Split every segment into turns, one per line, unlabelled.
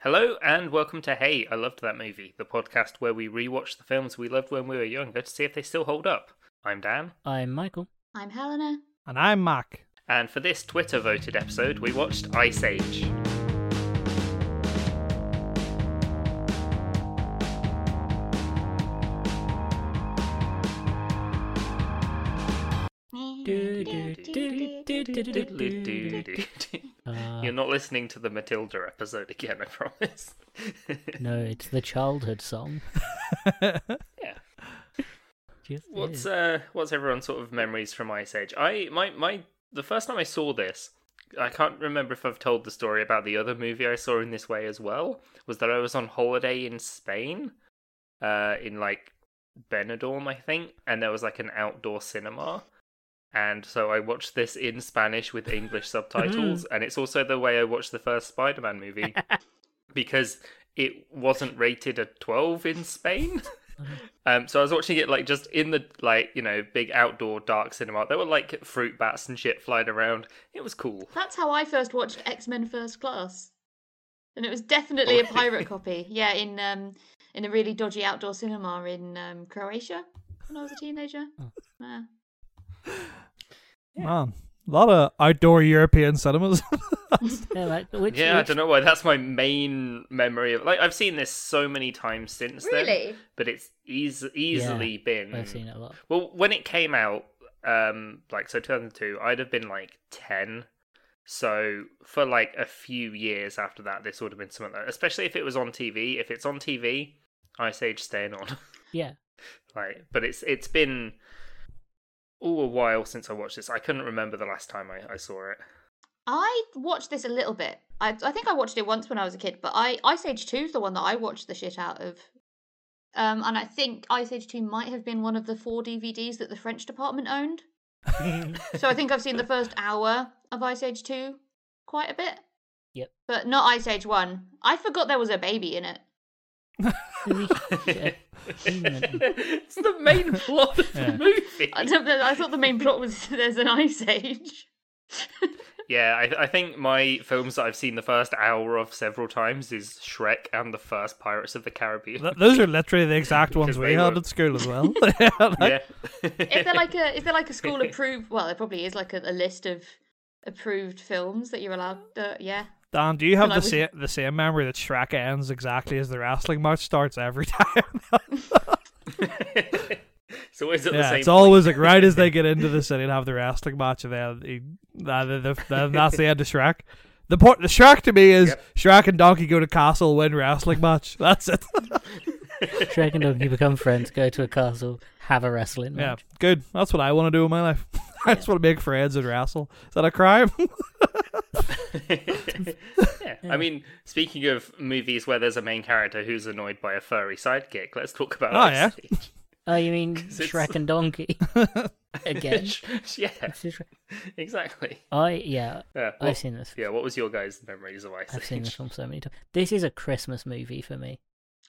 Hello and welcome to Hey, I Loved That Movie, the podcast where we rewatch the films we loved when we were younger to see if they still hold up. I'm Dan,
I'm Michael.
I'm Helena.
And I'm Mac.
and for this Twitter voted episode, we watched Ice Age.
Do, do, do, do, do, do, do, do. Uh,
You're not listening to the Matilda episode again, I promise.
no, it's the childhood song.
yeah.
Just
What's
is.
uh what's everyone's sort of memories from Ice Age? I my my the first time I saw this, I can't remember if I've told the story about the other movie I saw in this way as well, was that I was on holiday in Spain, uh in like Benidorm, I think, and there was like an outdoor cinema. And so I watched this in Spanish with English subtitles, and it's also the way I watched the first Spider-Man movie because it wasn't rated a 12 in Spain. Um, so I was watching it like just in the like you know big outdoor dark cinema. There were like fruit bats and shit flying around. It was cool.
That's how I first watched X Men First Class, and it was definitely
Oh.
a pirate copy. Yeah, in um, in a really dodgy outdoor cinema in um, Croatia when I was a teenager.
Oh.
Yeah.
Man, a lot of outdoor European cinemas.
Yeah, like, which,
yeah, I
which-
don't know why. That's my main memory of like I've seen this so many times since then,
Really?
but it's eas- easily been.
I've seen it a lot.
Well, when it came out, um, like so 2002, I'd have been like 10. So for like a few years after that, this would have been something. That, especially if it was on TV. If it's on TV, Ice Age staying on.
Yeah,
Like, but it's it's been all a while since I watched this. I couldn't remember the last time I, I saw it.
I watched this a little bit. I, I think I watched it once when I was a kid, but I Ice Age Two is the one that I watched the shit out of. Um, and I think Ice Age Two might have been one of the four DVDs that the French department owned. so I think I've seen the first hour of Ice Age Two quite a bit.
Yep.
But not Ice Age One. I forgot there was a baby in it.
it's the main plot of the
Yeah.
movie.
I, don't know, I thought the main plot was there's an Ice Age.
Yeah, I, I think my films that I've seen the first hour of several times is Shrek and the first Pirates of the Caribbean.
Th- Those are literally the exact
Because
ones we
they
had
were-
at school as well. Yeah, like-
yeah.
Is there like a is there like a school approved? Well, there probably is like a, a list of approved films that you're allowed. Uh, yeah.
Dan, do you have
Well, I
the
was-
same the same memory that Shrek ends exactly as the wrestling match starts every time?
it's always at the
yeah,
same
it's always like right as they get into the city and have the wrestling match, and then, he, that- the- the- then that's the end of Shrek. The point, the Shrek to me is
Yep.
Shrek and Donkey go to castle, win wrestling match. That's it.
Shrek and Donkey become friends, go to a castle, have a wrestling
yeah,
match.
good. That's what I want to do in my life. I just want to make friends and wrestle. Is that a crime?
yeah. I mean, speaking of movies where there's a main character who's annoyed by a furry sidekick, let's talk about
Oh,
Ice
yeah.
Age.
Oh, you mean
it's-
Shrek and Donkey again?
yeah,
It's just-
exactly.
I yeah,
Yeah,
I've
what-
seen this.
Yeah, what was your guys' memories of Ice
I've seen this
Age?
film so many times. This is a Christmas movie for me.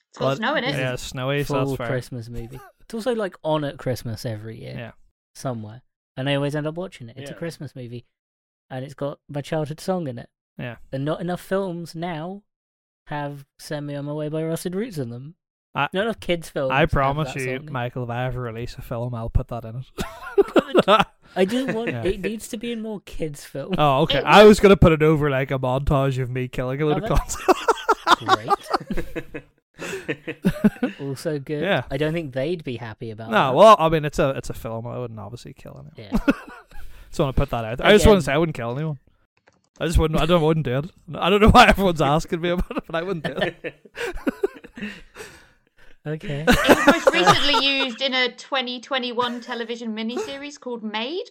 It's got snow in it.
Yeah, snowy. So
Full
that's Oh, fair.
Christmas movie. It's also like on at Christmas every year.
Yeah.
somewhere, and I always end up watching it. It's a
Yeah.
Christmas movie, and it's got my childhood song in it.
Yeah.
And not enough films now have "Send Me on My Way" by Rusted Roots in them.
I-
not enough kids films.
I
have
promise
that
you,
song in.
Michael, if I ever release a film, I'll put that in it.
I just want
Yeah.
it needs to be in more kids films.
oh, okay.
It
I was going to put it over like a montage of me killing a load of
Oh, that-
cons.
Great. Also good.
Yeah.
I don't think they'd be happy about.
no,
that.
well, I mean, it's a it's a film. I wouldn't obviously kill anyone.
Uh, Yeah.
Just want to put that out. there. I just want
Again.
to say I wouldn't kill anyone. I just wouldn't. I don't. I wouldn't do it. I don't know why everyone's asking me about it, but I wouldn't do it.
Okay.
It was most recently used in a 2021 television miniseries called Made.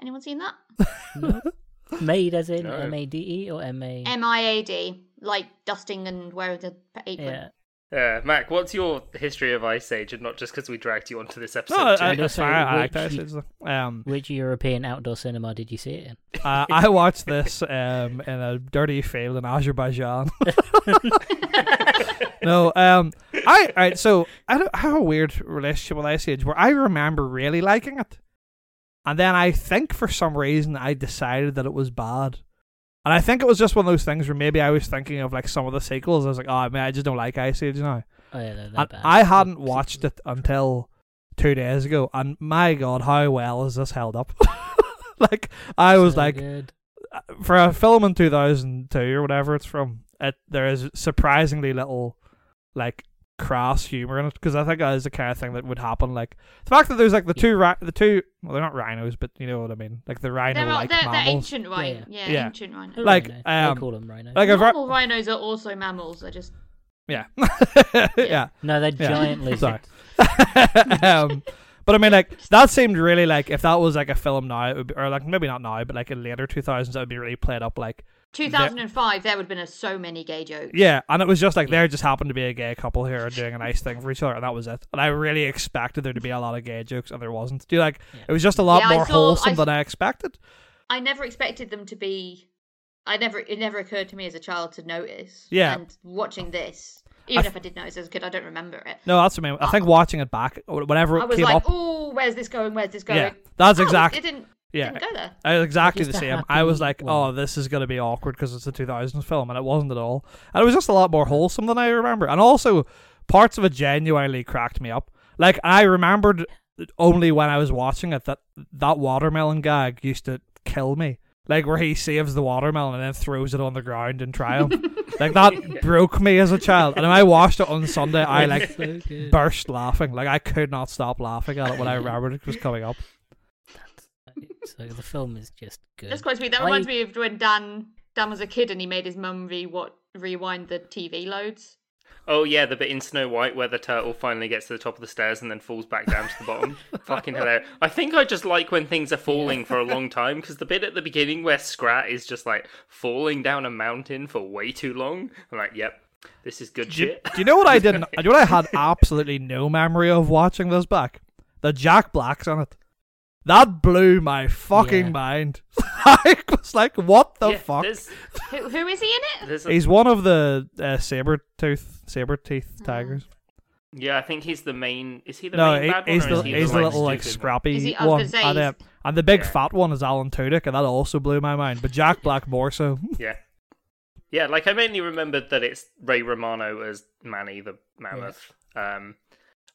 Anyone seen that?
Made as in
No.
M A D E or M A.
M I A D, like dusting and wearing the apron.
Yeah.
Yeah, Uh, Mac, what's your history of Ice Age, and not just because we dragged you onto this episode?
No,
too?
I,
And
that's
also,
fine. I like
which
that.
you-
It's, Um,
Which European outdoor cinema did you see it in?
I, Uh, I watched this um, in a dirty field in Azerbaijan. no, um, I right. So I, don't, I have a weird relationship with Ice Age where I remember really liking it, and then I think for some reason I decided that it was bad, And I think it was just one of those things where maybe I was thinking of like some of the sequels. I was like, oh man, I just don't like Ice Age now.
Oh yeah, they're, they're
And
bad.
I hadn't watched it until two days ago, and my god, how well is this held up? like I was
So
like,
good.
for a film in 2002 or whatever it's from, it there is surprisingly little like crass humor in it because I think that is the kind of thing that would happen. Like the fact that there's like the two ri- the two well they're not rhinos but you know what I mean, like the rhino
They're, all-
like
they're, they're
mammals.
ancient rhino.
Yeah.
Yeah,
Yeah.
ancient rhino.
A
like,
rhino.
um,
I call them rhinos.
Like a ver-
Normal rhinos are also mammals. They're just
yeah yeah
Yeah.
no, they're
yeah.
giant lizards.
Sorry. um, but I mean, like that seemed really like if that was like a film now, it would be, or like maybe not now, but like in later two thousands, that would be really played up. Like
2005. There would have been a, so many gay jokes.
yeah, and it was just like there just happened to be a gay couple here doing a nice thing for each other, and that was it. And I really expected there to be a lot of gay jokes, and there wasn't. Do you like it was just a lot
Yeah, I
more
saw-
wholesome
I-
than I expected.
I never expected them to be. I never. It never occurred to me as a child to notice.
Yeah.
And watching this, even
I-
if I did notice as a kid, I don't remember it.
No, that's what I mean. I think watching it back, whenever
Uh, I
it
was
came
like,
up,
oh, where's this going? Where's this going?
yeah, that's
Oh,
exactly
It didn't.
yeah.
Didn't go there.
I was exactly
Just
the
a
same. I was
happy
like,
one.
"Oh, this is going to be awkward because it's a 2000s film," and it wasn't at all. And it was just a lot more wholesome than I remember. And also, parts of it genuinely cracked me up. Like I remembered only when I was watching it that that watermelon gag used to kill me. Like where he saves the watermelon and then throws it on the ground in triumph. like that broke me as a child. And when I watched it on Sunday, I like
so good.
burst laughing. Like I could not stop laughing at it when I remembered it was coming up.
so the film is just good.
Just quite sweet. That
I-
reminds me of when Dan Dan was a kid and he made his mum re what rewind the TV loads.
Oh yeah, the bit in Snow White where the turtle finally gets to the top of the stairs and then falls back down to the bottom. Fucking hilarious. I think I just like when things are falling for a long time because the bit at the beginning where Scrat is just like falling down a mountain for way too long. I'm like, yep, this is good
Do you,
shit.
do you know what I didn't? Do you know what I had absolutely no memory of watching this back? The Jack Black's on it. That blew my fucking
Yeah.
mind. I was like, "What the
Yeah,
fuck?"
There's,
Who, who is he in it?
there's a-
He's one of the uh, saber tooth, saber
Hmm.
teeth tigers.
yeah, I think he's the main. Is he the
no,
main
he-
bad one?
he's
or
the
is he
he's
the
the
like,
little like
stupid
Is he-
scrappy
I was
one,
gonna say,
and, uh,
he's-
and the big
Yeah.
fat one is Alan Tudyk, and that also blew my mind. But Jack Black more so.
Yeah. Yeah, like I mainly remembered that it's Ray Romano as Manny the Mammoth. Um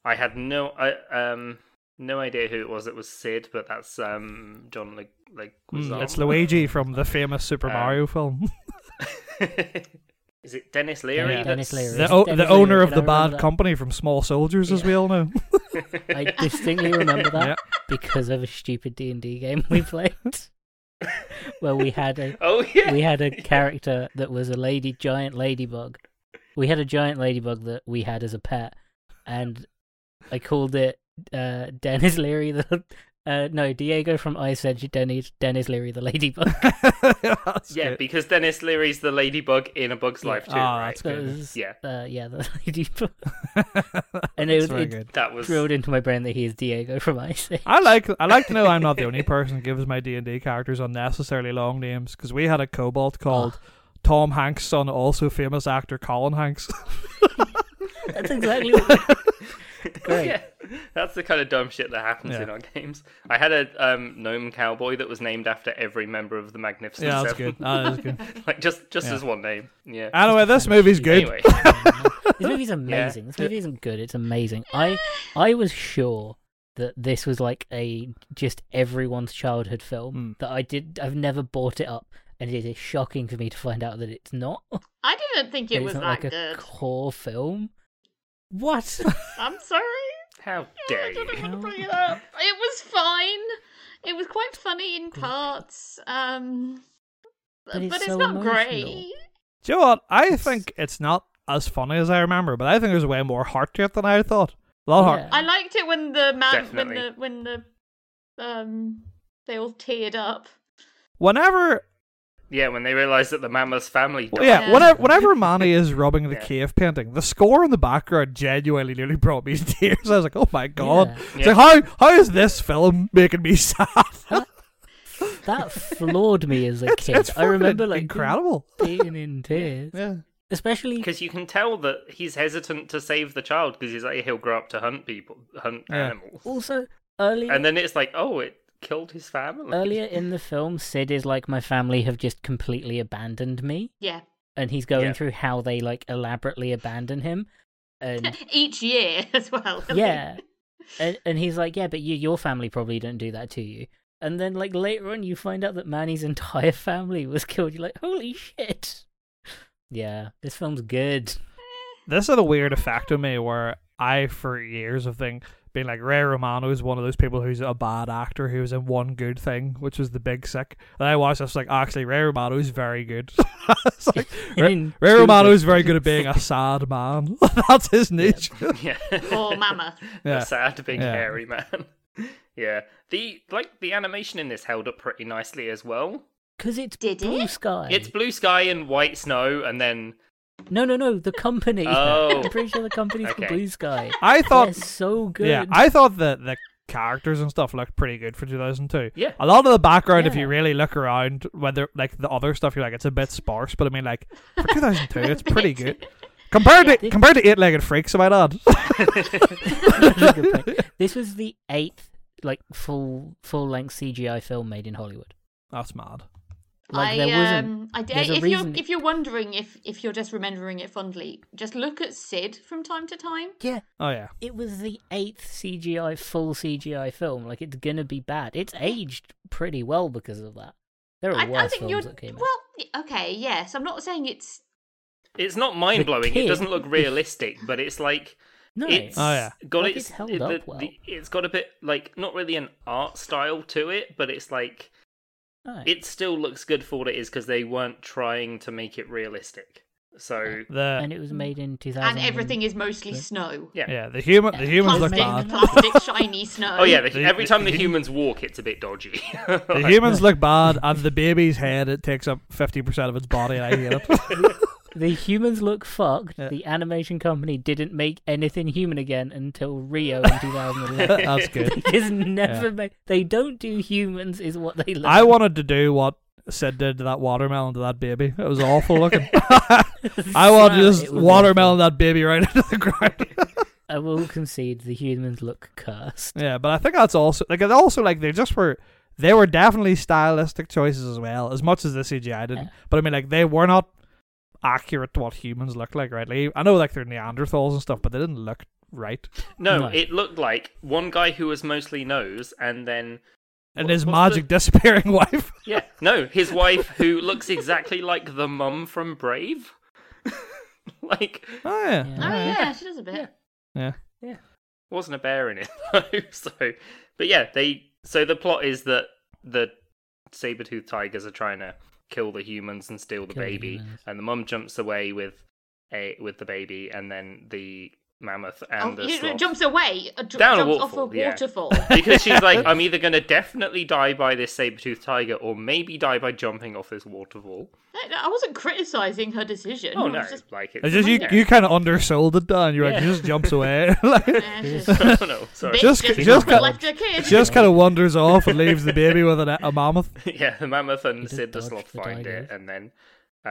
I had no I um no idea who it was that was Sid, but that's um John like like
Mm, it's Luigi from the famous Super
Um,
Mario film,
Is it Dennis Leary?
Yeah, Dennis
that's-
Leary.
the,
it's
o-
Dennis
the owner
Leary,
of
I
the
remember
bad
that.
company from Small Soldiers, as
Yeah.
we all know.
I distinctly remember that because of a stupid D and D game we played, where we had a
Oh yeah.
we had a character that was a lady giant ladybug. We had a giant ladybug that we had as a pet, and I called it uh, Dennis Leary the uh, no Diego from Ice Age. Dennis Dennis Leary the ladybug.
That's
Yeah,
good.
because Dennis Leary's the ladybug in a bug's life too,
Ah,
right?
that's
So it
good.
was,
Yeah.
uh, yeah, the ladybug.
and
And it-
very
it-
good.
That was
Drilled into my brain that he is Diego from Ice Age.
I like I like to know I'm not the only person who gives my D and D characters unnecessarily long names because we had a
Ah.
cobalt called Tom Hanks' son, also famous actor Colin Hanks.
That's exactly what. Great.
Yeah, that's the kind of dumb shit that happens
Yeah.
in our games. I had a um, gnome cowboy that was named after every member of the Magnificent
yeah, that's
Seven.
good. That is good.
like just just
Yeah.
as one name. Yeah.
Anyway, this movie's good.
Anyway,
This movie's amazing. This movie isn't good. It's amazing. I I was sure that this was like a just everyone's childhood film. That I did. I've never bought it up, and it is shocking for me to find out that it's not.
I didn't think it
it's
was that
not like a
good.
core film. What?
I'm sorry.
how
I
dare you?
don't want to bring it up. It was fine. It was quite funny in parts. Um,
But it's
but it's
so
not
emotional.
great.
Do you know what? I think it's not as funny as I remember, but I think there's way more heart to it than I thought. A lot heart.
Yeah.
I liked it when the man
Definitely.
when the when the um they all teared up.
Whenever
Yeah, when they realised that the Mammoth's family.
Well,
Died.
yeah,
Yeah.
whenever, whenever Manny is rubbing the
Yeah.
cave painting, the score in the background genuinely nearly brought me to tears. I was like, oh my god.
Yeah.
It's
Yeah.
like, how, how is this film making me sad?
That floored me as a
It's-
kid.
it's
I remember
fucking
like
incredible.
being in tears,
Yeah.
especially
Because you can tell that he's hesitant to save the child because he's like he'll grow up to hunt people, hunt
Yeah.
animals,
also early.
and then it's like, oh, it killed his family.
Earlier in the film, Sid is like, my family have just completely abandoned me.
Yeah.
And he's going
Yeah.
through how they like elaborately abandon him. And
Each year as well.
yeah. And, and he's like, yeah, but you, your family probably don't do that to you. And then like later on, you find out that Manny's entire family was killed. You're like, holy shit. Yeah, this film's good.
This had a weird effect on me where I, for years of thing, being like Ray Romano is one of those people who's a bad actor who was in one good thing, which was The Big Sick. And I watched this like actually Ray Romano is very good. it's like Ray,
In
Ray
two
Romano is
good-
very good at being a sad man. That's his niche.
yeah.
Poor Mammoth.
Yeah.
A sad big
Yeah.
hairy man. yeah. The like the animation in this held up pretty nicely as well.
Because it's
Did
Blue
it?
Sky.
It's blue sky and white snow and then
No, no, no. The company.
Oh.
I'm pretty sure the company's
Okay.
called Blue Sky.
I thought
They're so good.
Yeah, I thought that the characters and stuff looked pretty good for 2002.
Yeah.
A lot of the background, if
Yeah.
you really look around, whether like the other stuff, you're like it's a bit sparse. But I mean, like for 2002, it's pretty good compared to compared to Eight Legged Freaks. I might add.
That's a good point. This was the eighth like full full length CGI film made in Hollywood.
That's mad.
Like
I
there wasn't.
um I dare
there's a
if
reason.
you're if you're wondering if if you're just remembering it fondly, just look at Sid from time to time.
Yeah,
Oh yeah,
it was the eighth CGI full CGI film. Like it's gonna be bad. It's aged pretty well because of that. There are
I,
worse
I think
films
you're
that came out.
well. Okay, yes. I'm not saying it's
it's not mind blowing. It
kid-
doesn't look realistic, but it's like
No,
It's
Oh, yeah.
got
Like,
its,
it's held
it-
up
the-
well.
the- it's got a bit like not really an art style to it, but it's like
Uh,
no.
it still looks good for what it is because they weren't trying to make it realistic. So
the
and it was made in 2000.
and everything is mostly
Yeah.
snow.
yeah,
yeah the human the humans look
Plastic,
bad.
plastic, shiny snow.
Oh yeah, the,
The-
every
the-
time the
the-
humans walk, it's a bit dodgy.
The humans look bad, and the baby's head it takes up fifty percent of its body, and I hate it.
The humans look fucked.
Yeah.
The animation company didn't make anything human again until Rio in 2011.
That's good.
is never made. They don't do humans, is what they love.
I wanted to do what Sid did to that watermelon to that baby. It was awful looking. I want
Swear
to just
it was
watermelon that baby right into the ground.
awful. I will concede the humans look cursed.
yeah, but I think that's also like it also like they just were they were definitely stylistic choices as well, as much as the CGI didn't.
Yeah.
But I mean, like they were not accurate to what humans look like, right? Like, I know like they're Neanderthals and stuff, but they didn't look right.
no,
No.
it looked like one guy who was mostly nose, and then
And
What-
his
what's
magic disappearing wife.
yeah, no, his wife who looks exactly like the mum from Brave. like
Oh yeah.
Yeah.
Oh yeah, she does a bit. Oh,
Yeah.
Yeah.
wasn't a bear in it though. So, but yeah, they. So the plot is that the saber-toothed tigers are trying to kill the humans and steal the
Kill the
baby,
humans.
and the mum jumps away with a with the baby, and then the mammoth and
oh,
the
you-
sloth.
jumps away, uh, ju-
Down a
jumps off
waterfall,
a
yeah.
waterfall.
because she's like, I'm either going to definitely die by this saber-toothed tiger, or maybe die by jumping off this waterfall.
I, I wasn't criticizing her decision.
Oh
I
no!
was just-
Like it's,
It's just you,
yeah.
you kind of undersold it, Dan. You're like,
Yeah.
he just jumps away. like,
yeah,
It is-
she's
Oh, no, no, sorry.
bitch
Just-
just,
just cut-
left her kid.
just kind of wanders off and leaves the baby with an, a mammoth.
yeah, the mammoth and
did
Sid the
dodge
sloth
the
find
tigers.
it, and then uh,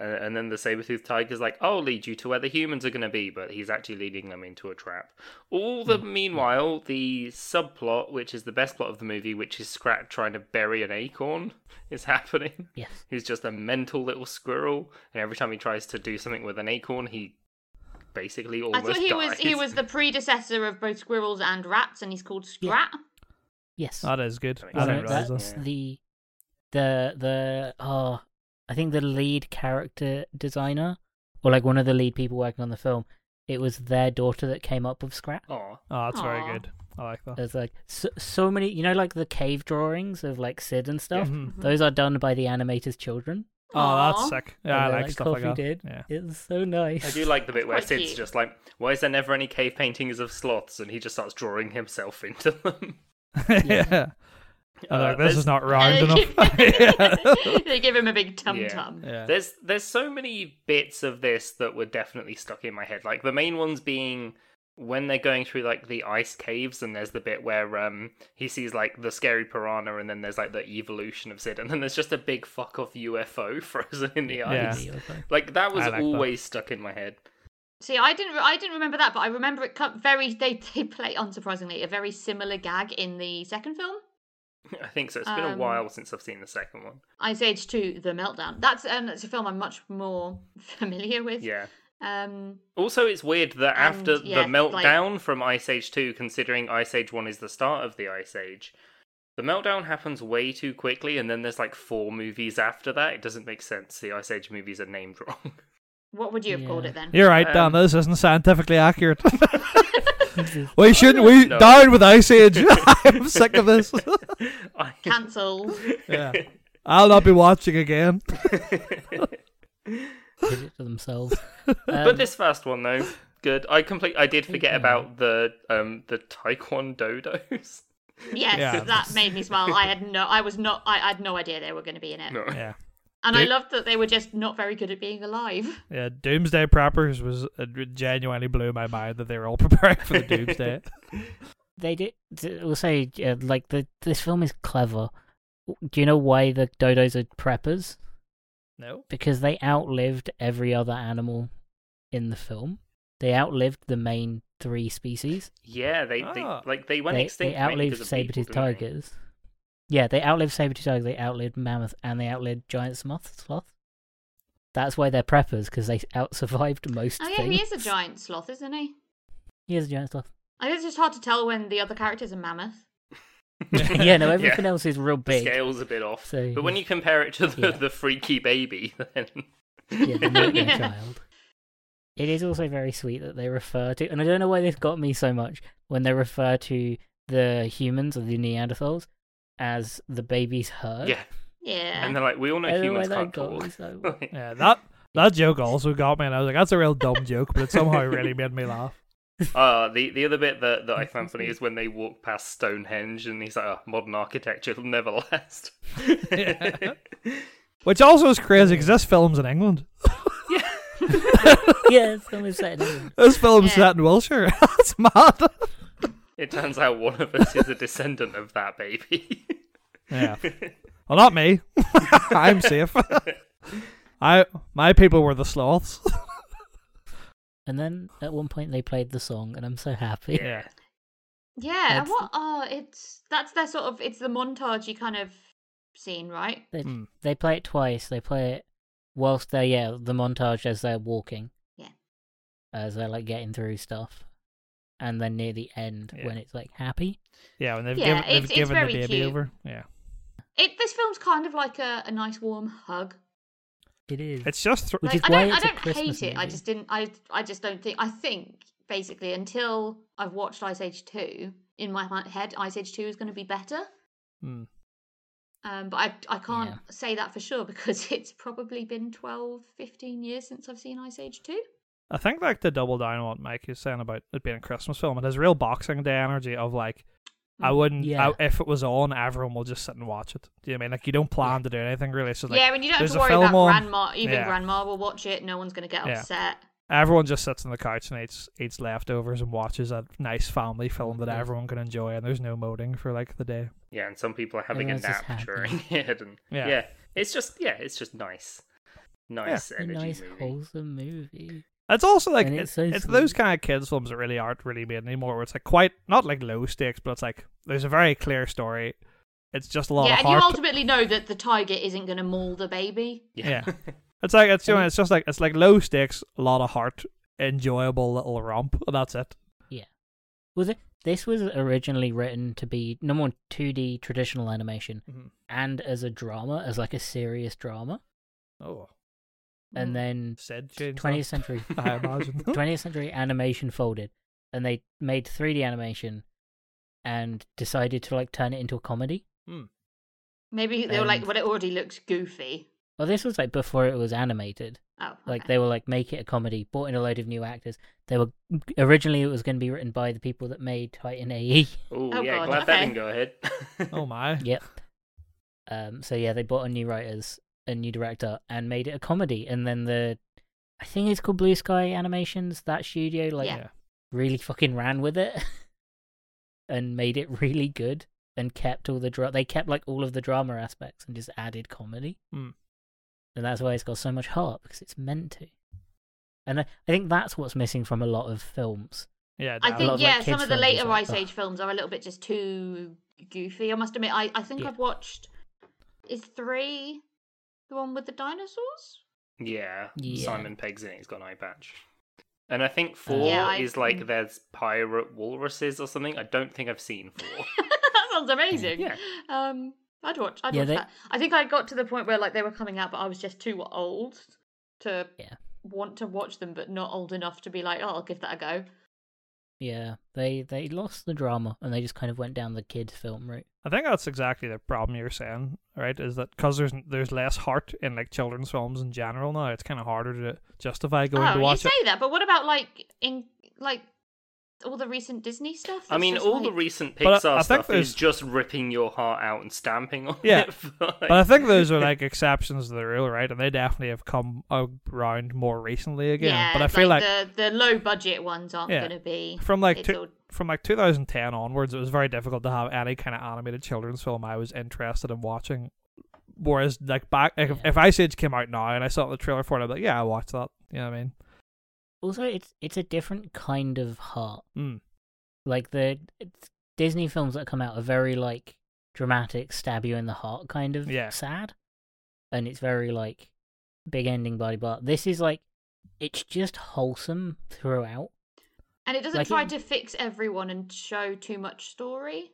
and and then the saber-toothed tiger's like, "I'll lead you to where the humans are going to be," but he's actually leading them into a trap. All the
Hmm,
meanwhile, the subplot, which is the best plot of the movie, which is Scrat trying to bury an acorn, is happening.
Yes.
Who's just a mental little squirrel, and every time he tries to do something with an acorn, he basically
I
almost
thought he
dies.
was he was the predecessor of both squirrels and rats, and he's called Scrat.
Yes.
That is good.
That
I
makes
Well,
didn't
sense.
realize that.
that's
that.
the the the oh, I think the lead character designer or like one of the lead people working on the film. It was their daughter that came up with Scrat.
Aw.
Oh, that's very
Aw.
good. I like that.
There's like so, so many, you know, like the cave drawings of like Sid and stuff.
Mhm.
Mm-hmm.
Those are done by the animator's children.
Oh,
Aw.
that's sick. Yeah, I
And they're,
like, stuff like
coffee
that.
did.
Yeah.
It's so nice.
I do like the bit where
quite
Sid's
cute.
just like, "Why is there never any cave paintings of sloths?" and he just starts drawing himself into them.
yeah. I'm
Uh,
like, this
there's-
is not round
And
enough.
they
yeah.
give- they give him a big tum
Yeah.
tum.
Yeah.
There's there's so many bits of this that were definitely stuck in my head. Like the main ones being when they're going through like the ice caves, and there's the bit where um he sees like the scary piranha, and then there's like the evolution of Sid, and then there's just a big fuck off UFO frozen in the
Yeah.
ice. Like that was
I like that.
always stuck in my head.
See, I didn't, re- I didn't remember that, but I remember it cut very. They, they play, unsurprisingly, a very similar gag in the second film.
I think so. It's been a
Um,
while since I've seen the second one.
Ice Age Two: The Meltdown. That's um, that's a film I'm much more familiar with.
Yeah.
Um,
Also, it's weird that
And,
after
yeah,
the
like-
meltdown from Ice Age 2, considering Ice Age 1 is the start of the Ice Age, the meltdown happens way too quickly, and then there's like four movies after that. It doesn't make sense. The Ice Age movies are named wrong.
what would you have called
Yeah.
it then?
You're right, Dan.
Um,
This isn't scientifically accurate. we shouldn't. We
No.
down with Ice Age. I'm sick of this.
I-
Cancelled.
yeah. I'll not be watching again.
Um, Did it to themselves. Um,
but this first one though, good. I complete. I did forget about the um the Taekwondodos.
Yes,
Yeah,
that made me smile. I had no, I was not, I, had no idea they were going to be in it,
No,
Yeah.
and I
Dude.
loved that they were just not very good at being alive.
Yeah, Doomsday Preppers was it genuinely blew my mind that they were all preparing for the Doomsday.
they did t- also uh, like the this film is clever. Do you know why the dodos are preppers?
no.
Because they outlived every other animal in the film. They outlived the main three species.
yeah, they, they
Ah.
like they went
they,
extinct.
they
mainly
outlived
because of people,
saber-toothed
didn't they?
tigers. Yeah, they outlived saber-toothed tigers. They outlived mammoth, and they outlived giant sloth. Sloth. That's why they're preppers because they outsurvived most.
Oh yeah,
things.
he is a giant sloth, isn't he?
He is a giant sloth.
I guess it's just hard to tell when the other character's a mammoth.
yeah, no, everything else is real
The
big.
scale's a bit off,
So-
but when you compare it to the,
Yeah.
the freaky baby, then
yeah, the milk
Yeah.
child. It is also very sweet that they refer to, and I don't know why this got me so much when they refer to the humans or the Neanderthals as the baby's herd.
yeah,
Yeah,
and they're like, we all know
I don't know why
humans
that
can't
got me
talk.
so much.
Like,
Yeah, that that joke also got me, and I was like, "That's a real dumb joke," but it somehow really made me laugh.
Uh, the the other bit that, that I found funny is when they walk past Stonehenge and he's like, oh, modern architecture will never last.
Yeah. Which also is crazy because this film's in England.
yeah, it's almost set in England.
This film's
Yeah.
set in Wiltshire. That's mad.
It turns out one of us is a descendant of that baby.
Yeah. Well, not me. I'm safe. I my people were the sloths.
And then at one point they played the song, and I'm so happy.
Yeah.
yeah. And
That's-
what? Oh, it's that's their sort of it's the montagey kind of scene, right?
They,
Hmm.
they play it twice. They play it whilst they're yeah the montage as they're walking.
Yeah.
As they're like getting through stuff, and then near the end
Yeah.
when it's like happy.
Yeah, when they've
Yeah,
given, they've
it's- it's
given the
very
baby
cute.
over. Yeah.
It this film's kind of like a, a nice warm hug.
It is.
It's just thr
Which
Like,
is
I
why
don't,
it's
I
a
don't
Christmas
hate it. I
movie.
just didn't. I I just don't think. I think basically until I've watched Ice Age two in my mi- head, Ice Age two is going to be better.
Hmm.
Um, but I I can't
Yeah.
say that for sure because it's probably been 12, 15 years since I've seen Ice Age two.
I think like to double down on what Mike is saying about it being a Christmas film, it has real Boxing Day energy of like, I
Mm,
wouldn't
Yeah.
I, if it was on, everyone will just sit and watch it. Do you know what I mean like you don't plan to do anything really? So like,
yeah, and you don't have
there's
to
a
worry
film
about
on,
grandma. Even
Yeah.
grandma will watch it. No one's going to get
Yeah.
upset.
everyone just sits on the couch and eats eats leftovers and watches a nice family film that everyone can enjoy, and there's no moaning for like the day.
yeah, and some people are having
Everyone's
a
just
nap
happy.
during it. And,
Yeah.
yeah. it's just yeah, it's just nice, nice
a
energy
nice
movie.
wholesome movie.
It's also like
And
it-
it's
it's,
so
those
sweet.
kind of kids films that really aren't really made anymore. Where it's like quite not like low stakes, but it's like there's a very clear story. It's just a lot
Yeah,
of
and
heart.
you ultimately know that the tiger isn't going to maul the baby.
Yeah,
It's like it's you
And
know,
it-
it's just like it's like low stakes, a lot of heart, enjoyable little romp, and that's it.
Was it? This was originally written to be number one, two D traditional animation,
Mm-hmm.
Mhm.
and as a drama, as like a serious drama,
Oh,
Mm.
and then
said
twentieth century,
I imagine.
twentieth century animation folded, and they made three D animation, and decided to like turn it into a comedy.
Hmm.
Maybe they were like,
And-
well, it already looks goofy.
Well, this was like before it was animated.
Oh,
Like
okay.
they were like make it a comedy, brought in a load of new actors. They were originally it was going to be written by the people that made Titan E. AE.
Ooh,
Oh,
yeah,
God,
glad that
okay.
didn't go ahead.
oh my.
Yep. Um. So yeah, they brought on new writers, a new director, and made it a comedy. And then the, I think it's called Blue Sky Animations. That studio like
Yeah.
really fucking ran with it, and made it really good, and kept all the dra- They kept like all of the drama aspects and just added comedy.
Hmm.
And that's why it's got so much heart because it's meant to. And I, I think that's what's missing from a lot of films.
Yeah,
I
Dan.
lot
think
of, like,
yeah,
kids
some of the
films is
later
like,
Ice
ugh.
Age films are a little bit just too goofy. I must admit, I, I think
Yeah.
I've watched is three the one with the dinosaurs?
Yeah.
Yeah.
Simon Pegg's in it. He's got an eye patch. And I think four
Yeah, I-
is like there's pirate walruses or something. I don't think I've seen four.
that sounds amazing.
Yeah.
Um, I'd watch. I'd
Yeah,
watch
they-
that. I think I got to the point where like they were coming out, but I was just too old to
Yeah.
want to watch them, but not old enough to be like, oh, I'll give that a go.
Yeah, they they lost the drama and they just kind of went down the kids film route.
I think that's exactly the problem you're saying, right? Is that because there's there's less heart in like children's films in general now, it's kind of harder to justify going
oh,
to
you
watch
say
it.
that, but what about like in like all the recent Disney stuff?
I
It's
mean,
just
all the
like-
recent
But I- I
Pixar
think
stuff
there's-
is just ripping your heart out and stamping on
Yeah.
it. for, like-
But I think those are like exceptions to the rule, right? And they definitely have come around more recently again.
Yeah,
but I feel like,
the the low budget ones aren't
Yeah.
going to be
from like
it's
two,
all-
from like 2010 onwards, it was very difficult to have any kind of animated children's film I was interested in watching. Whereas like back, like, if,
Yeah.
if Ice Age came out now and I saw the trailer for it, I'd be like, yeah, I watched that. You know what I mean?
Also, it's it's a different kind of heart.
Mm.
Like the it's, Disney films that come out are very like dramatic, stab you in the heart kind of
Yeah.
sad, and it's very like big ending, blah blah. blah. This is like it's just wholesome throughout.
and it doesn't
like,
try
it-
to fix everyone and show too much story.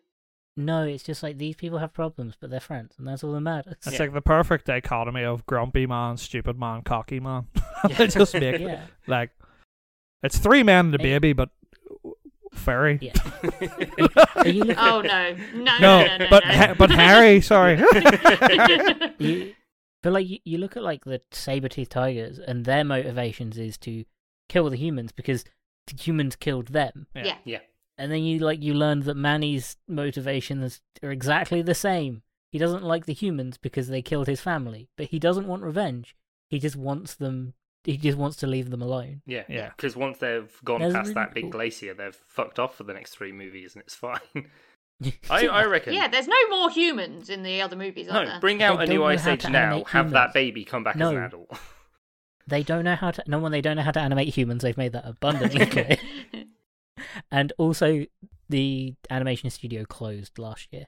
No, it's just like these people have problems, but they're friends, and that's all that matters.
It's
Yeah.
like the perfect dichotomy of grumpy man, stupid man, cocky man. they just make
Yeah.
like it's three men and a
Hey.
baby, but fairy.
Yeah. Are you looking?
Oh no, no, no,
No,
no, no,
but
no.
Ha- but Harry, sorry.
you, but like you, you look at like the saber-toothed tigers and their motivations is to kill the humans because the humans killed them
yeah.
yeah.
and then you like you learn that manny's motivations are exactly the same he doesn't like the humans because they killed his family but he doesn't want revenge he just wants them he just wants to leave them alone
Yeah,
Yeah.
Because once they've gone
That's
past
really
that big
cool.
glacier, they've fucked off for the next three movies, and it's fine. I, I reckon.
yeah, there's no more humans in the other movies, are
No,
there?
bring out
They
a new
don't know
Ice
how
Age
to
now.
animate
Have that
humans.
baby come back as an
No.
adult.
they don't know how to no one they don't know how to animate humans they've made that abundantly clear and also the animation studio closed last year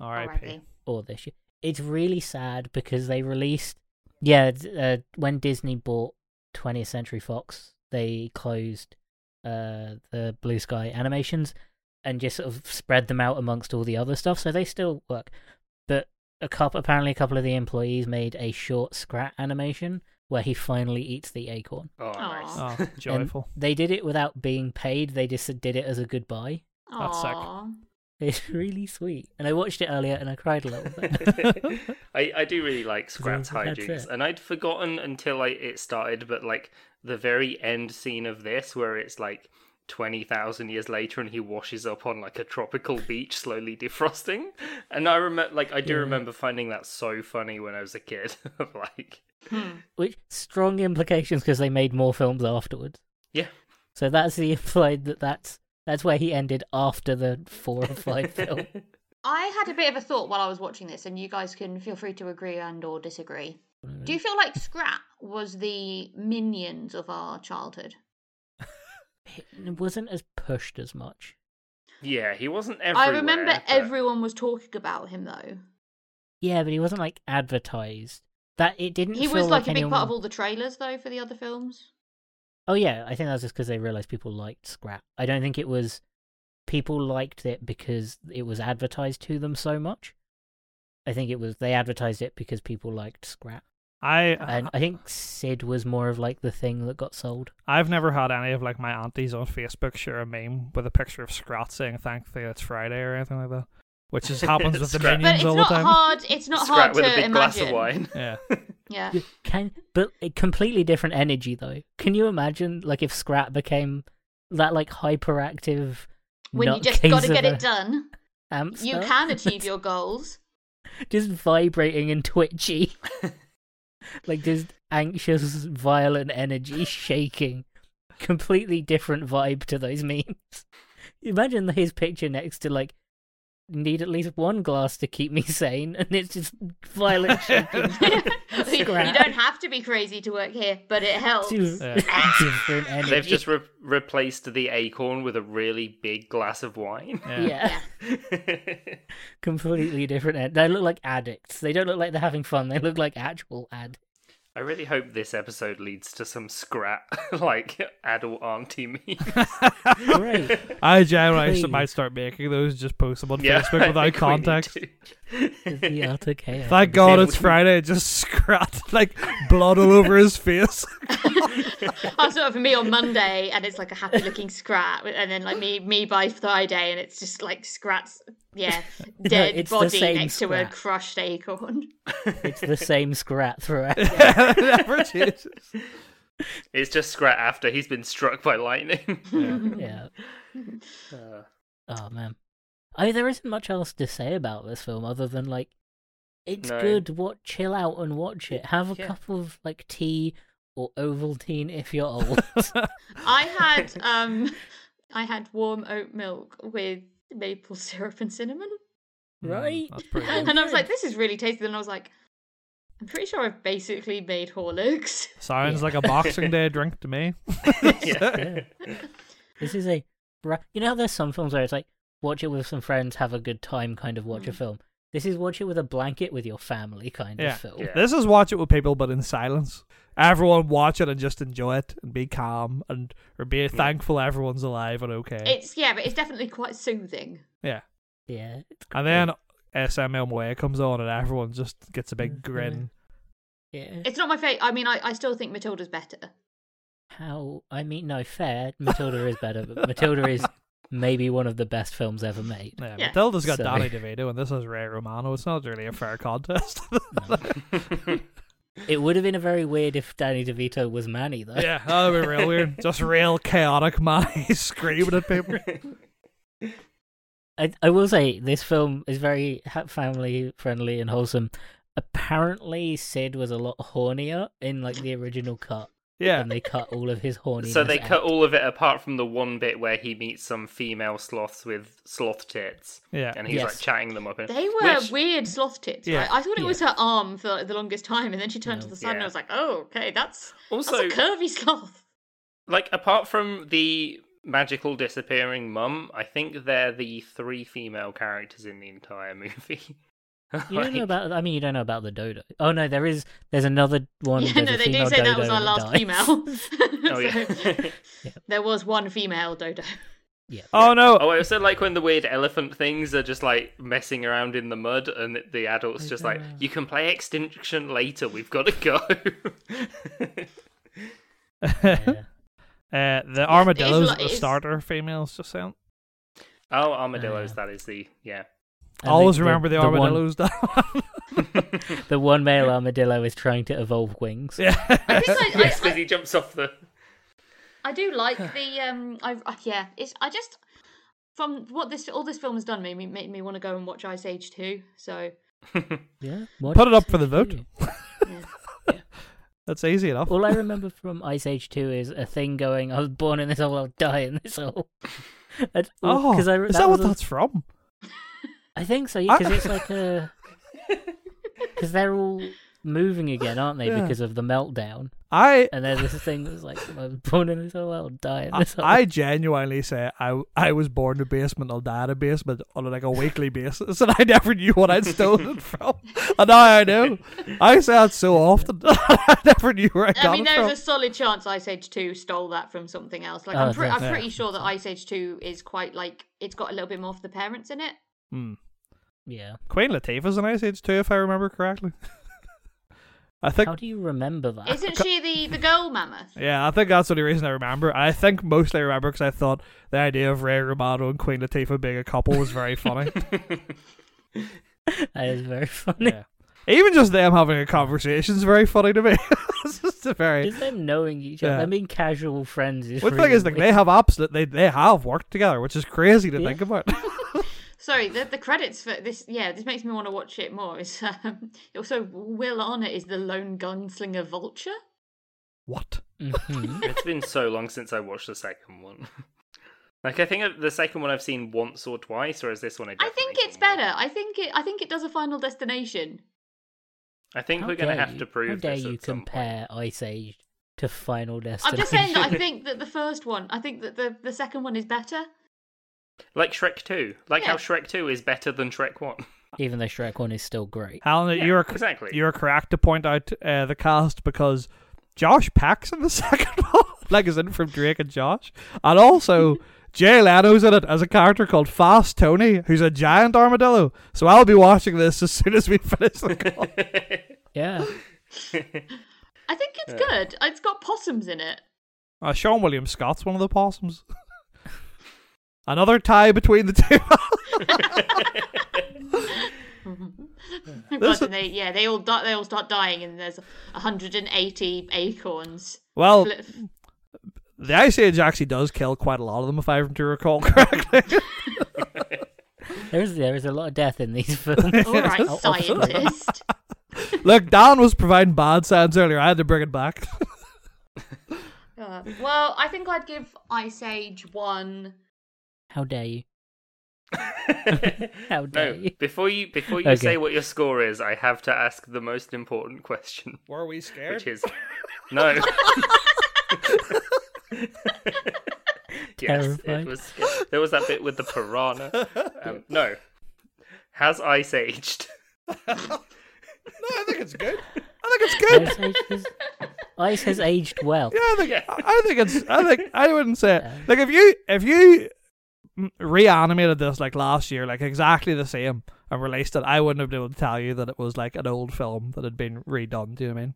R.I.P.
R.I.P..
or this year. It's really sad because they released, yeah, d- uh, when Disney bought 20th Century Fox, they closed uh, the Blue Sky animations and just sort of spread them out amongst all the other stuff. So they still work, but a couple apparently a couple of the employees made a short scrat animation where he finally eats the acorn.
Oh, nice.
Oh,
And
joyful.
they did it without being paid. They just did it as a goodbye.
That's sick.
Aw.
It's really sweet, and I watched it earlier and I cried a little bit.
I, I do really like Scrat's
That's it.
hijinks, and I'd forgotten until I, it started, but like the very end scene of this, where it's like twenty thousand years later, and he washes up on like a tropical beach, slowly defrosting. And I remember, like, I do
Yeah.
remember finding that so funny when I was a kid. of like,
Hmm.
which strong implications because they made more films afterwards.
yeah,
So that's the implied that that's that's where he ended after the four or five film.
I had a bit of a thought while I was watching this, and you guys can feel free to agree and or disagree. Do you feel like Scrat was the minions of our childhood?
It wasn't as pushed as much.
yeah, he wasn't everywhere.
I remember
but-
everyone was talking about him though.
Yeah, but he wasn't like advertised. That it didn't.
He
feel
was like, a big
anyone-
part of all the trailers though for the other films.
Oh yeah, I think that's just because they realized people liked scrap. I don't think it was people liked it because it was advertised to them so much. I think it was they advertised it because people liked scrap,
Uh,
I
and I think Sid was more of like the thing that got sold.
I've never had any of like my aunties on Facebook share a meme with a picture of Scrat saying "Thankfully it's Friday" or anything like that, which just happens with the
Scrat.
But
minions
it's
all the
not
time.
hard. It's not
Scrat
hard
with
to
a big
imagine.
glass of wine.
Yeah,
Yeah.
Yeah, Can but a completely different energy though. Can you imagine like if Scrap became that like hyperactive?
When you just got to
nutcase
get
of a
it done,
hamster
you can achieve
that's
your goals.
just vibrating and twitchy, like just anxious, violent energy shaking. Completely different vibe to those memes. Imagine his picture next to like need at least one glass to keep me sane, and it's just violent shaking.
you, you
Scrap.
don't have to be crazy to work here, but it helps.
Two
Yeah.
different energies.
They've just re- replaced the acorn with a really big glass of wine.
yeah,
Yeah.
completely different. en- They look like addicts. They don't look like they're having fun. They look like actual ad.
I really hope this episode leads to some scrap, like adult auntie meme.
Great.
I generally
Please.
might start making those, just post them on Facebook without context.
Is the utter chaos.
Thank God
People
it's
can-
Friday. Just scratched like blood all over his face.
I saw it for me on Monday, and it's like a happy looking scrat, and then like me me by Friday, and it's just like scrats, yeah, dead
it's the
body
same
next to
scrat.
a crushed acorn.
It's the same scrat throughout.
Never changes.
It's just scrap after he's been struck by lightning.
Yeah.
Uh,
Oh man. I there isn't much else to say about this film other than like it's
No.
good. What chill out and watch it. Have a
Yeah.
cup of like tea or Ovaltine if you're old.
I had um, I had warm oat milk with maple syrup and cinnamon,
Right?
Mm, That's pretty good.
and I
Oh, good.
was like, this is really tasty. Then I was like, I'm pretty sure I've basically made Horlicks.
Sounds
Yeah.
like a Boxing Day drink to me.
yeah.
Yeah. this is a bra- you know how there's some films where it's like watch it with some friends, have a good time, kind of watch a film. This is watch it with a blanket with your family kind
Mm. Yeah.
of film.
Yeah.
This is watch it with people, but in silence. Everyone watch it and just enjoy it and be calm and or be thankful everyone's alive and okay.
It's yeah, but it's definitely quite soothing.
yeah.
Yeah, it's
And then SMM Way comes on and everyone just gets a
Mm-hmm.
big grin.
Mm, yeah.
It's not my favorite. I mean, I, I still think Matilda's better.
How I mean, no fair. Matilda is better, but Matilda is maybe one of the best films ever made.
Yeah,
Yeah.
Matilda's got
So-
Danny DeVito and this is Ray Romano. It's not really a fair contest.
It would have been a very weird if Danny DeVito was Manny though.
yeah, that would be real weird. Just real chaotic man screaming at people.
I, I will say this film is very family friendly and wholesome. Apparently, Sid was a lot hornier in like the original cut,
Yeah.
and they cut all of his horniness.
so they
out.
cut all of it apart from the one bit where he meets some female sloths with sloth tits,
Yeah.
and he's
Yes.
like chatting them up. And,
They were
which-
weird sloth tits,
Yeah.
right? I thought it was her arm for like, the longest time, and then she turned
No.
to the side, and
Yeah.
I was like, "Oh, okay, that's
also
that's a curvy sloth."
like apart from the magical disappearing mum, I think they're the three female characters in the entire movie.
You don't
Like,
know about. I mean, you don't know about the dodo. Oh no, there is. There's another one.
yeah,
there's
no,
a
they do
female
say that
dodo
was our
that
last
dies.
female.
Oh
So,
yeah.
There was one female dodo.
yeah.
Oh no.
oh, I also like when the weird elephant things are just like messing around in the mud, and the adults just like, "You can play extinction later. We've got to go."
yeah.
Uh, the armadillos
lo-
at the
it is-
starter females just saying.
oh, armadillos.
yeah.
That is the yeah.
I always remember the,
the
armadillos. down.
One, the one male armadillo is trying to evolve wings.
yeah.
I think I,
Yes,
I,
because he jumps off the.
I, I do like the um. I, I yeah, it's I just from what this all this film has done made me made me want to go and watch Ice Age two. So
Yeah. What?
Put it up for the vote.
yeah.
That's easy enough.
All I remember from Ice Age 2 is a thing going, I was born in this hole, I'll die in this hole. That's all-
Oh,
'cause I,
is that, what
was a-
that's from?
I think so,
I-
because it's like a. Because they're all moving again, aren't they?
Yeah.
Because of the meltdown.
I
And there's this thing that's like, I was born in this hole, I'll die in
I,
this hole.
I genuinely say I I was born in a basement, I'll die in a basement on like a weekly basis, and I never knew what I'd stolen it from. And now I know. I say that so often. I never knew where I got
I mean,
it
there's
from.
a solid chance Ice Age 2 stole that from something else. Like,
Oh,
I'm, pre- I'm
definitely.
pretty sure that Ice Age 2 is quite like it's got a little bit more for the parents in it.
Hmm.
Yeah.
Queen Latifah's in Ice Age too, if I remember correctly. I think.
How do you remember that?
Isn't she the the girl mammoth?
Yeah, I think that's the only reason I remember. I think mostly I remember because I thought the idea of Ray Romano and Queen Latifah being a couple was very funny.
That is very funny.
yeah. Even just them having a conversation is very funny to me. it's just a very.
Just them knowing each other.
Yeah.
I mean, casual friends is
Well, the
really
thing is, like,
weird.
they have absolute, they, they have worked together, which is crazy to
Yeah.
think about.
Sorry, the, the credits for this. Yeah, this makes me want to watch it more. Is um, also Will Arnett is the lone gunslinger vulture.
what?
Mhm. Mm-hmm.
It's been so long since I watched the second one. Like I think the second one I've seen once or twice, or is this one? I,
I think
definitely
it's
seen more?
better. I think it. I think it does a Final Destination.
I think
How
we're going to
dare
have
you-
to prove.
How dare
this
you
at some point.
compare Ice Age to Final Destination?
I'm just saying that I think that the first one. I think that the the second one is better.
Like Shrek Two, like how
Yeah.
Shrek Two is better than Shrek One.
Even though Shrek One is still great.
Alan,
Yeah,
you're
exactly.
you're correct to point out uh, the cast because Josh Pack's in the second one, like is in from Drake and Josh, and also Jay Leno's in it as a character called Fast Tony, who's a giant armadillo. So I'll be watching this as soon as we finish the call.
Yeah,
I think it's good. It's got possums in it.
Uh, Sean William Scott's one of the possums. Another tie between the two.
Oh,
This
God, and they, yeah, they all di- they all start dying, and there's 180 acorns.
well,
Flip.
the Ice Age actually does kill quite a lot of them, if I do recall correctly.
there is there is a lot of death in these films.
All right,
Oh,
scientist.
Look, Dan was providing bad sounds earlier. I had to bring it back.
Uh, well, I think I'd give Ice Age one.
How dare you?
How
How dare
no,
you.
before you before you
Okay.
say what your score is, I have to ask the most important question,
Were we scared?
which is no. yes, it
Terrifying.
was. There was that bit with the piranha. Um, no, has Ice aged?
No, I think it's good. I think it's good.
Ice, Age is- Ice has aged well.
Yeah, I think
Yeah.
I think it's I think I wouldn't say it. like if you if you m- reanimated this like last year, like exactly the same and released it, I wouldn't have been able to tell you that it was like an old film that had been redone. Do you know what I mean?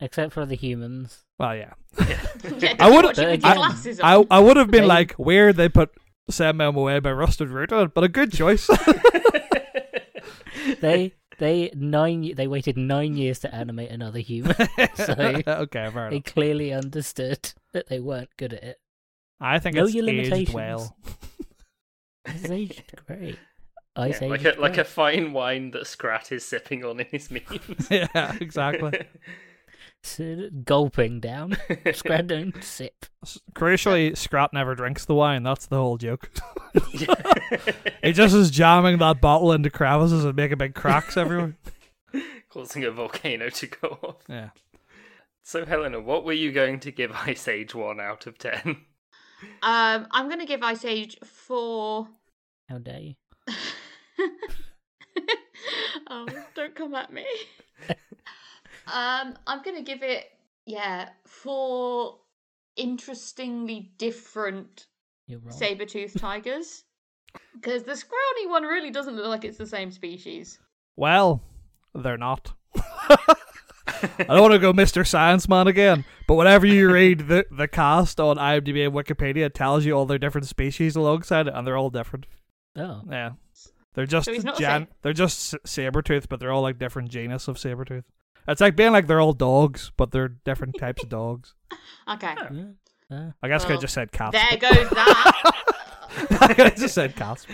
Except for the humans.
Well, yeah.
Yeah,
I would've-
watch it with
I-
your glasses
I
on.
I would have been
They-
like weird they put Sam Memo away by Rusted Root on it, but a good choice.
They they nine ye- they waited nine years to animate another human, so
okay, fair
they
enough.
clearly understood that they weren't good at it.
I think
Know
it's
your
aged
limitations.
well.
It's aged great. Ice
Yeah,
Age
like
is
a like a
great.
fine wine that Scrat is sipping on in his memes.
yeah, exactly.
S- gulping down. Scrad don't sip.
S- Crucially, Scrat never drinks the wine. That's the whole joke. he just is jamming that bottle into crevices and making big cracks everywhere.
Causing a volcano to go off.
yeah.
So Helena, what were you going to give Ice Age one out of ten?
Um, I'm gonna give Ice Age four.
How dare you?
um, don't come at me. um, I'm gonna give it yeah four interestingly different
You're wrong.
saber-toothed tigers because the scrawny one really doesn't look like it's the same species.
Well, they're not. I don't want to go Mr. Science Man again, but whenever you read the, the cast on IMDb and Wikipedia, it tells you all their different species alongside it, and they're all different.
Oh,
Yeah. They're just
So he's not the
gen-
same.
they're just saber tooth, but they're all like different genus of saber tooth. It's like being like they're all dogs, but they're different types of dogs.
Okay,
yeah. Uh,
I guess I
Well,
just said cats.
there goes that.
I could have just said cats.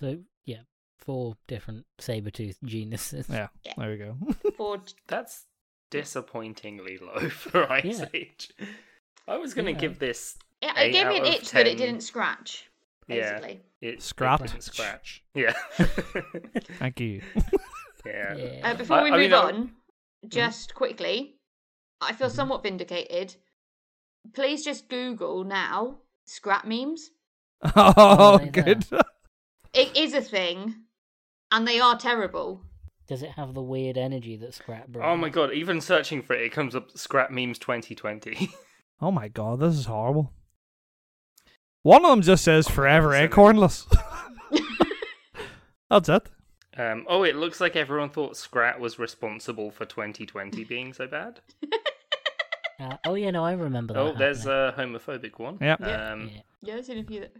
so yeah, four different saber-toothed genuses.
Yeah,
Yeah.
there we go.
four.
That's disappointingly low for Ice
Yeah.
Age. I was going to
Yeah.
give this.
Yeah, I
Eight
gave
out
it an
of
itch that
10.
it didn't scratch.
Yeah.
Basically,
It, it
Scrat.
didn't Scratch. Yeah.
Thank you.
yeah.
Yeah.
uh, before
I-
we
I
move
mean, I-
on,
Mm-hmm.
just quickly, I feel somewhat vindicated. Please just Google now scrap memes.
Oh,
they there?
good.
It is a thing, and they are terrible.
Does it have the weird energy that Scrat brings?
Oh my god, even searching for it, it comes up Scrap Memes 2020.
Oh my god, this is horrible. One of them just says forever
Send it.
acornless. That's it.
um, oh, it looks like everyone thought Scrat was responsible for 2020 being so bad.
Uh, oh yeah, no, I remember that.
Oh, there's
happening.
a homophobic one.
Yep.
Yeah.
Um,
Yeah.
Yeah, I've seen a few that.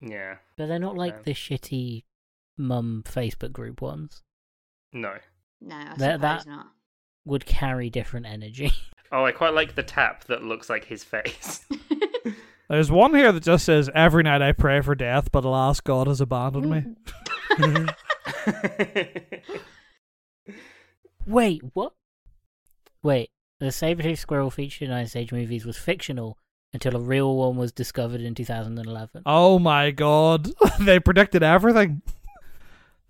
yeah.
But they're not like
Um,
the shitty mum Facebook group ones.
No.
No, I
That-
suppose
that-
not.
Would carry different energy.
Oh, I quite like the tap that looks like his face.
There's one here that just says every night I pray for death, but alas, God has abandoned
Mm.
Mm.
me.
Wait, what? Wait, The saber-toothed squirrel featured in Ice Age movies was fictional until a real one was discovered in 2011.
Oh my god. they predicted everything.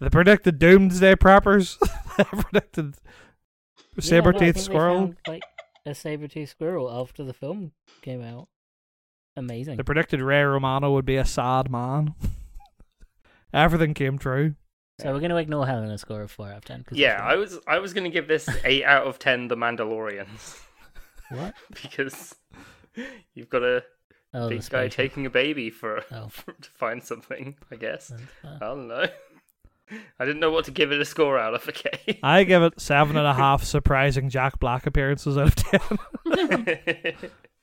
they predicted doomsday preppers. they predicted
Yeah, no, I
saber
think
toothed
they
squirrel.
found, like a saber-toothed squirrel after the film came out. Amazing.
They predicted Ray Romano would be a sad man. everything came true.
So we're going to ignore Helen and score of four out of ten. 'cause that's
Yeah, I
wrong.
was I was gonna give this eight out of ten. The Mandalorians
What?
because you've got a
Oh,
big guy
the spatial.
taking a baby for
Oh,
to find something. I guess
that's
I
bad.
don't know. I didn't know what to give it a score out of. Okay.
I give it seven and a half surprising Jack Black appearances out of ten.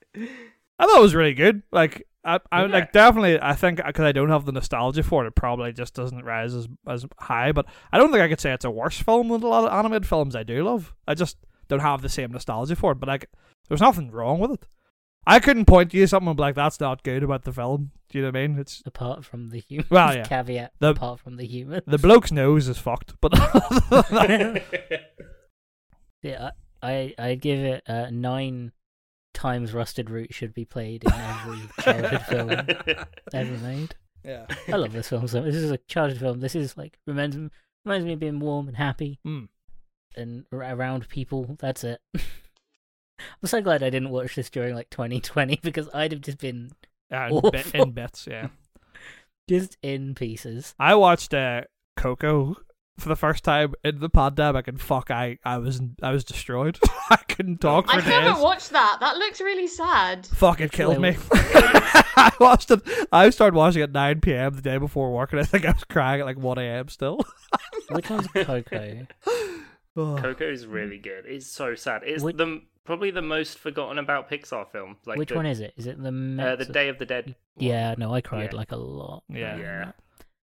I thought it was really good. Like I, I
Yeah.
like definitely. I think because I don't have the nostalgia for it, it probably just doesn't rise as as high. But I don't think I could say it's a worse film than a lot of animated films I do love. I just don't have the same nostalgia for it. But like, there's nothing wrong with it. I couldn't point to you something and be like that's not good about the film. Do you know what I mean? It's
Apart from the human
Well, yeah.
caveat,
The-
apart from the human.
the bloke's nose is fucked, but
Yeah, I I I'd give it uh, nine times Rusted Root should be played in every childhood film ever made.
yeah.
I love this film so. This is a childhood film. This is like reminds me, reminds me of being warm and happy
Mm.
and ar- around people. That's it. I'm so glad I didn't watch this during like 2020 because I'd have just been
Yeah,
Oh,
in, bit,
Awful.
in bits, yeah.
just in pieces.
I watched uh, Coco for the first time in the pandemic, and fuck, I, I was I was destroyed. I couldn't talk
I
for
haven't
days.
watched that. That looks really sad.
Fuck, it killed
Wait,
me. I watched it. I started watching at 9 p.m. the day before work, and I think I was crying at like 1 a.m. still.
Which one's Coco?
Oh.
Coco is really good. It's so sad. It's
Which-
the probably the most forgotten about Pixar film. Like
Which
the,
one is it? Is it the
Uh,
Mets-
the Day of the Dead. one.
Yeah, no, I cried
Yeah.
like a lot.
Yeah.
Yeah.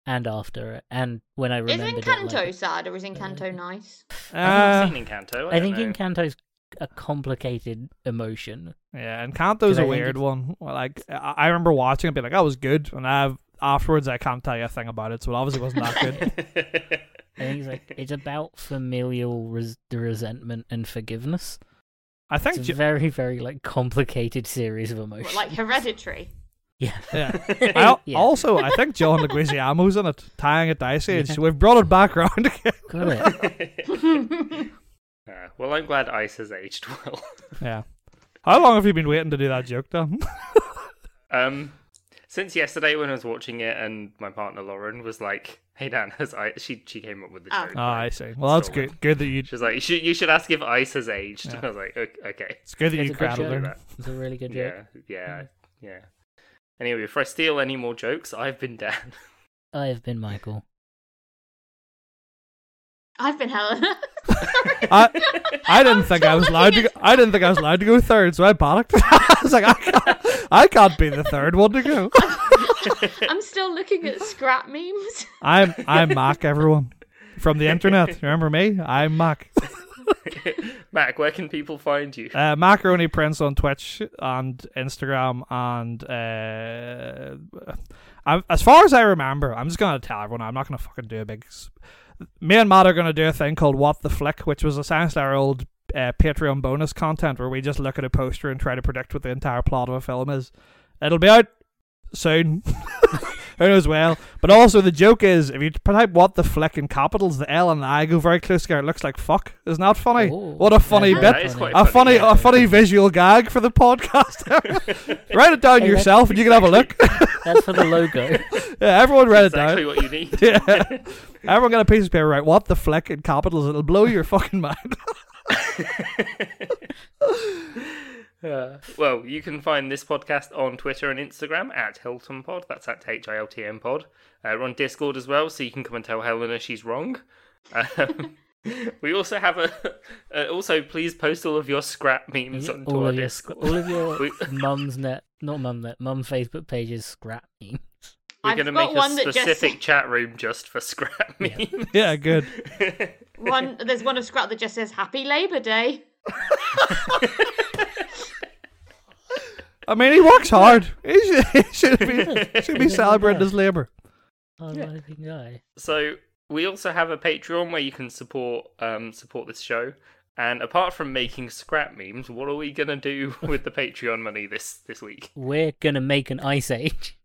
And after it, and when I
Is
remembered it,
Encanto
like,
sad or is Encanto nice?
I've
Uh,
not seen Encanto. I,
I, think
don't know.
Encanto's a complicated emotion.
yeah, and
Because
Canto's
I
a
think
weird
it's-
one. Well, Like I, I remember watching it, and being like, "That was good," and I afterwards I can't tell you a thing about it, so it obviously wasn't that good.
I think it's like it's about familial res- the resentment and forgiveness.
I think
It's a
Ju-
very, very like complicated series of
What,
emotions.
like Hereditary?
yeah,
yeah. I, al-
Yeah.
Also, I think John Leguizamo's in it, tying it to Ice Age.
Yeah.
So we've brought it back around again.
got it.
Ah, well, I'm glad Ice has aged well.
Yeah. How long have you been waiting to do that joke, Dan?
Um, since yesterday when I was watching it, and my partner Lauren was like, "Hey Dan, has I?" She she came up with the
Oh.
joke.
oh, I see. Well, that's
Sorry.
good. Good that you.
She was like, "You should you should ask if Ice has aged."
Yeah.
I was like, "Ok- "Okay,
It's good that
It's
you
a good
cradled
joke.
her.
that.
It's a really good joke.
yeah, yeah, yeah." Anyway, if I steal any more jokes, I've been Dan.
I have been Michael.
I've been Helena.
I, I didn't think
still
I was
looking
allowed to. Go,
at-
I didn't think I was allowed to go third, so I panicked. I was like, I can't, I can't be the third one to go.
I'm still looking at scrap memes.
I'm I'm Mac, everyone from the internet. Remember me? I'm Mac.
Mac, where can people find you?
Uh, Macaroni Prince on Twitch and Instagram, and uh, I, as far as I remember, I'm just gonna tell everyone. I'm not gonna fucking do a big. s- Me and Matt are gonna do a thing called What the Flick, which was essentially our old uh, Patreon bonus content where we just look at a poster and try to predict what the entire plot of a film is. It'll be out soon. Who knows well. But also the joke is if you type what the flick in capitals, the L and the I go very close together. It looks like fuck. Isn't that funny?
Ooh,
what a funny
that's
bit
That is quite
a funny,
yeah.
a funny visual gag for the podcast. write it down
Hey, that's-
yourself, and you can have a look.
That's for the logo.
yeah, everyone write it
exactly
down.
what you need.
Yeah. Everyone got a piece of paper. Right, what the flick in capitals? It'll blow your fucking mind.
Uh, well, you can find this podcast on Twitter and Instagram at Hilton Pod. That's at H I L T M Pod. Uh, we're on Discord as well, so you can come and tell Helena she's wrong. Um, we also have a. Uh, also, please post all of your scrap memes onto
all
our
of your,
Discord.
all of your
We-
mum's net, not mum net, mum Facebook pages scrap memes.
We're
I've
going to
got
make
one
a
that just-
specific chat room just for scrap memes.
yeah, good.
One, there's one of scrap that just says "Happy Labor Day."
I mean, he works hard. He should, he should be should be celebrating his labor.
Hardworking guy.
So we also have a Patreon where you can support um, support this show. And apart from making scrap memes, what are we gonna do with the Patreon money this this week?
We're gonna make an ice age.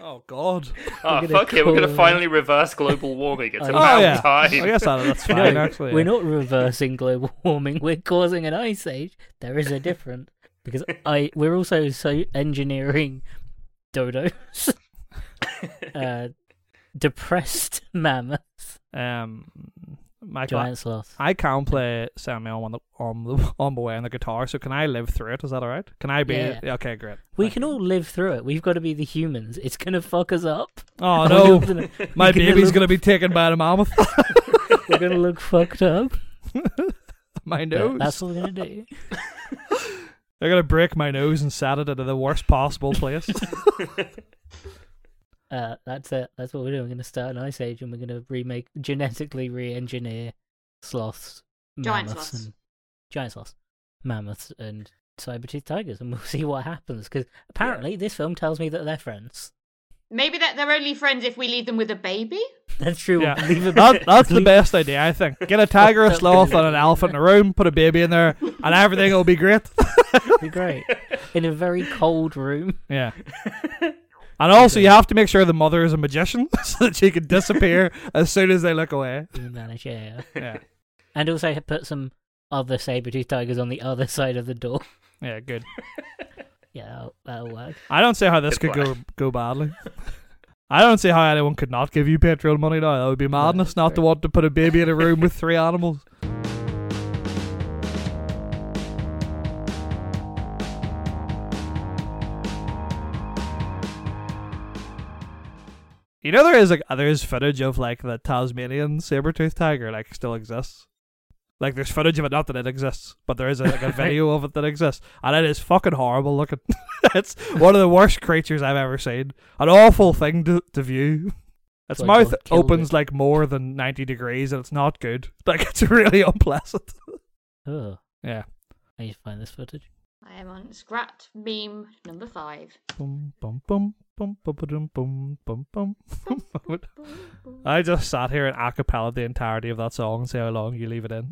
Oh God.
Oh
gonna
fuck it, we're gonna
call- uh,
finally reverse global warming. It's
Oh,
about
yeah.
time.
I guess that, that's
No,
fine. actually,
we're
yeah.
not reversing global warming. We're causing an ice age. There is a difference because I we're also so engineering dodos, uh, depressed mammoths,
Um, my God.
giant sloths.
I can play Samuel on the on the on the way on the guitar. So can I live through it? Is that all right? Can I be?
Yeah.
Okay, great.
We can all live through it. We've got to be the humans. It's gonna fuck us up.
Oh
We're
no,
gonna-
my
we're gonna
baby's
look-
gonna be taken by the mammoth.
We're gonna look fucked up.
my
but
nose.
That's what we're gonna do.
They're gonna break my nose and set it into the worst possible place.
Uh, that's it. That's what we're doing. We're going to start an ice age, and we're going to remake, genetically re-engineer sloths,
Giant
mammoths,
sloths.
and giant sloths, mammoths, and saber-toothed tigers, and we'll see what happens. Because apparently, this film tells me that they're friends.
Maybe that they're only friends if we leave them with a baby.
That's true.
Yeah.
Leave it.
That, that's the
leave-
best idea, I think. Get a tiger, a sloth, and an elephant in a room. Put a baby in there, and everything will be great.
Be great in a very cold room.
Yeah. And also, you have to make sure the mother is a magician so that she can disappear as soon as they look away.
You manage, yeah.
Yeah,
And also put some other saber-toothed tigers on the other side of the door.
yeah, good.
Yeah, that'll, that'll work.
I don't see how this
Good
could go go badly. I don't see how anyone could not give you Patreon money now. That would be madness not to want to put a baby in a room with three animals. You know there is like uh, there is footage of like the Tasmanian saber-toothed tiger like still exists. Like there's footage of it, not that it exists, but there is like a video of it that exists, and it is fucking horrible looking. it's one of the worst creatures I've ever seen. An awful thing to, to view. Its
Like,
mouth
God killed
opens
it.
like more than ninety degrees, and it's not good. Like it's really unpleasant.
Oh,
Yeah.
I need to find this footage.
I am on scrap meme number five.
Bum, bum, bum, bum, bum, ba-dum, bum, bum, bum. I just sat here and acapella the entirety of that song and see how long you leave it in.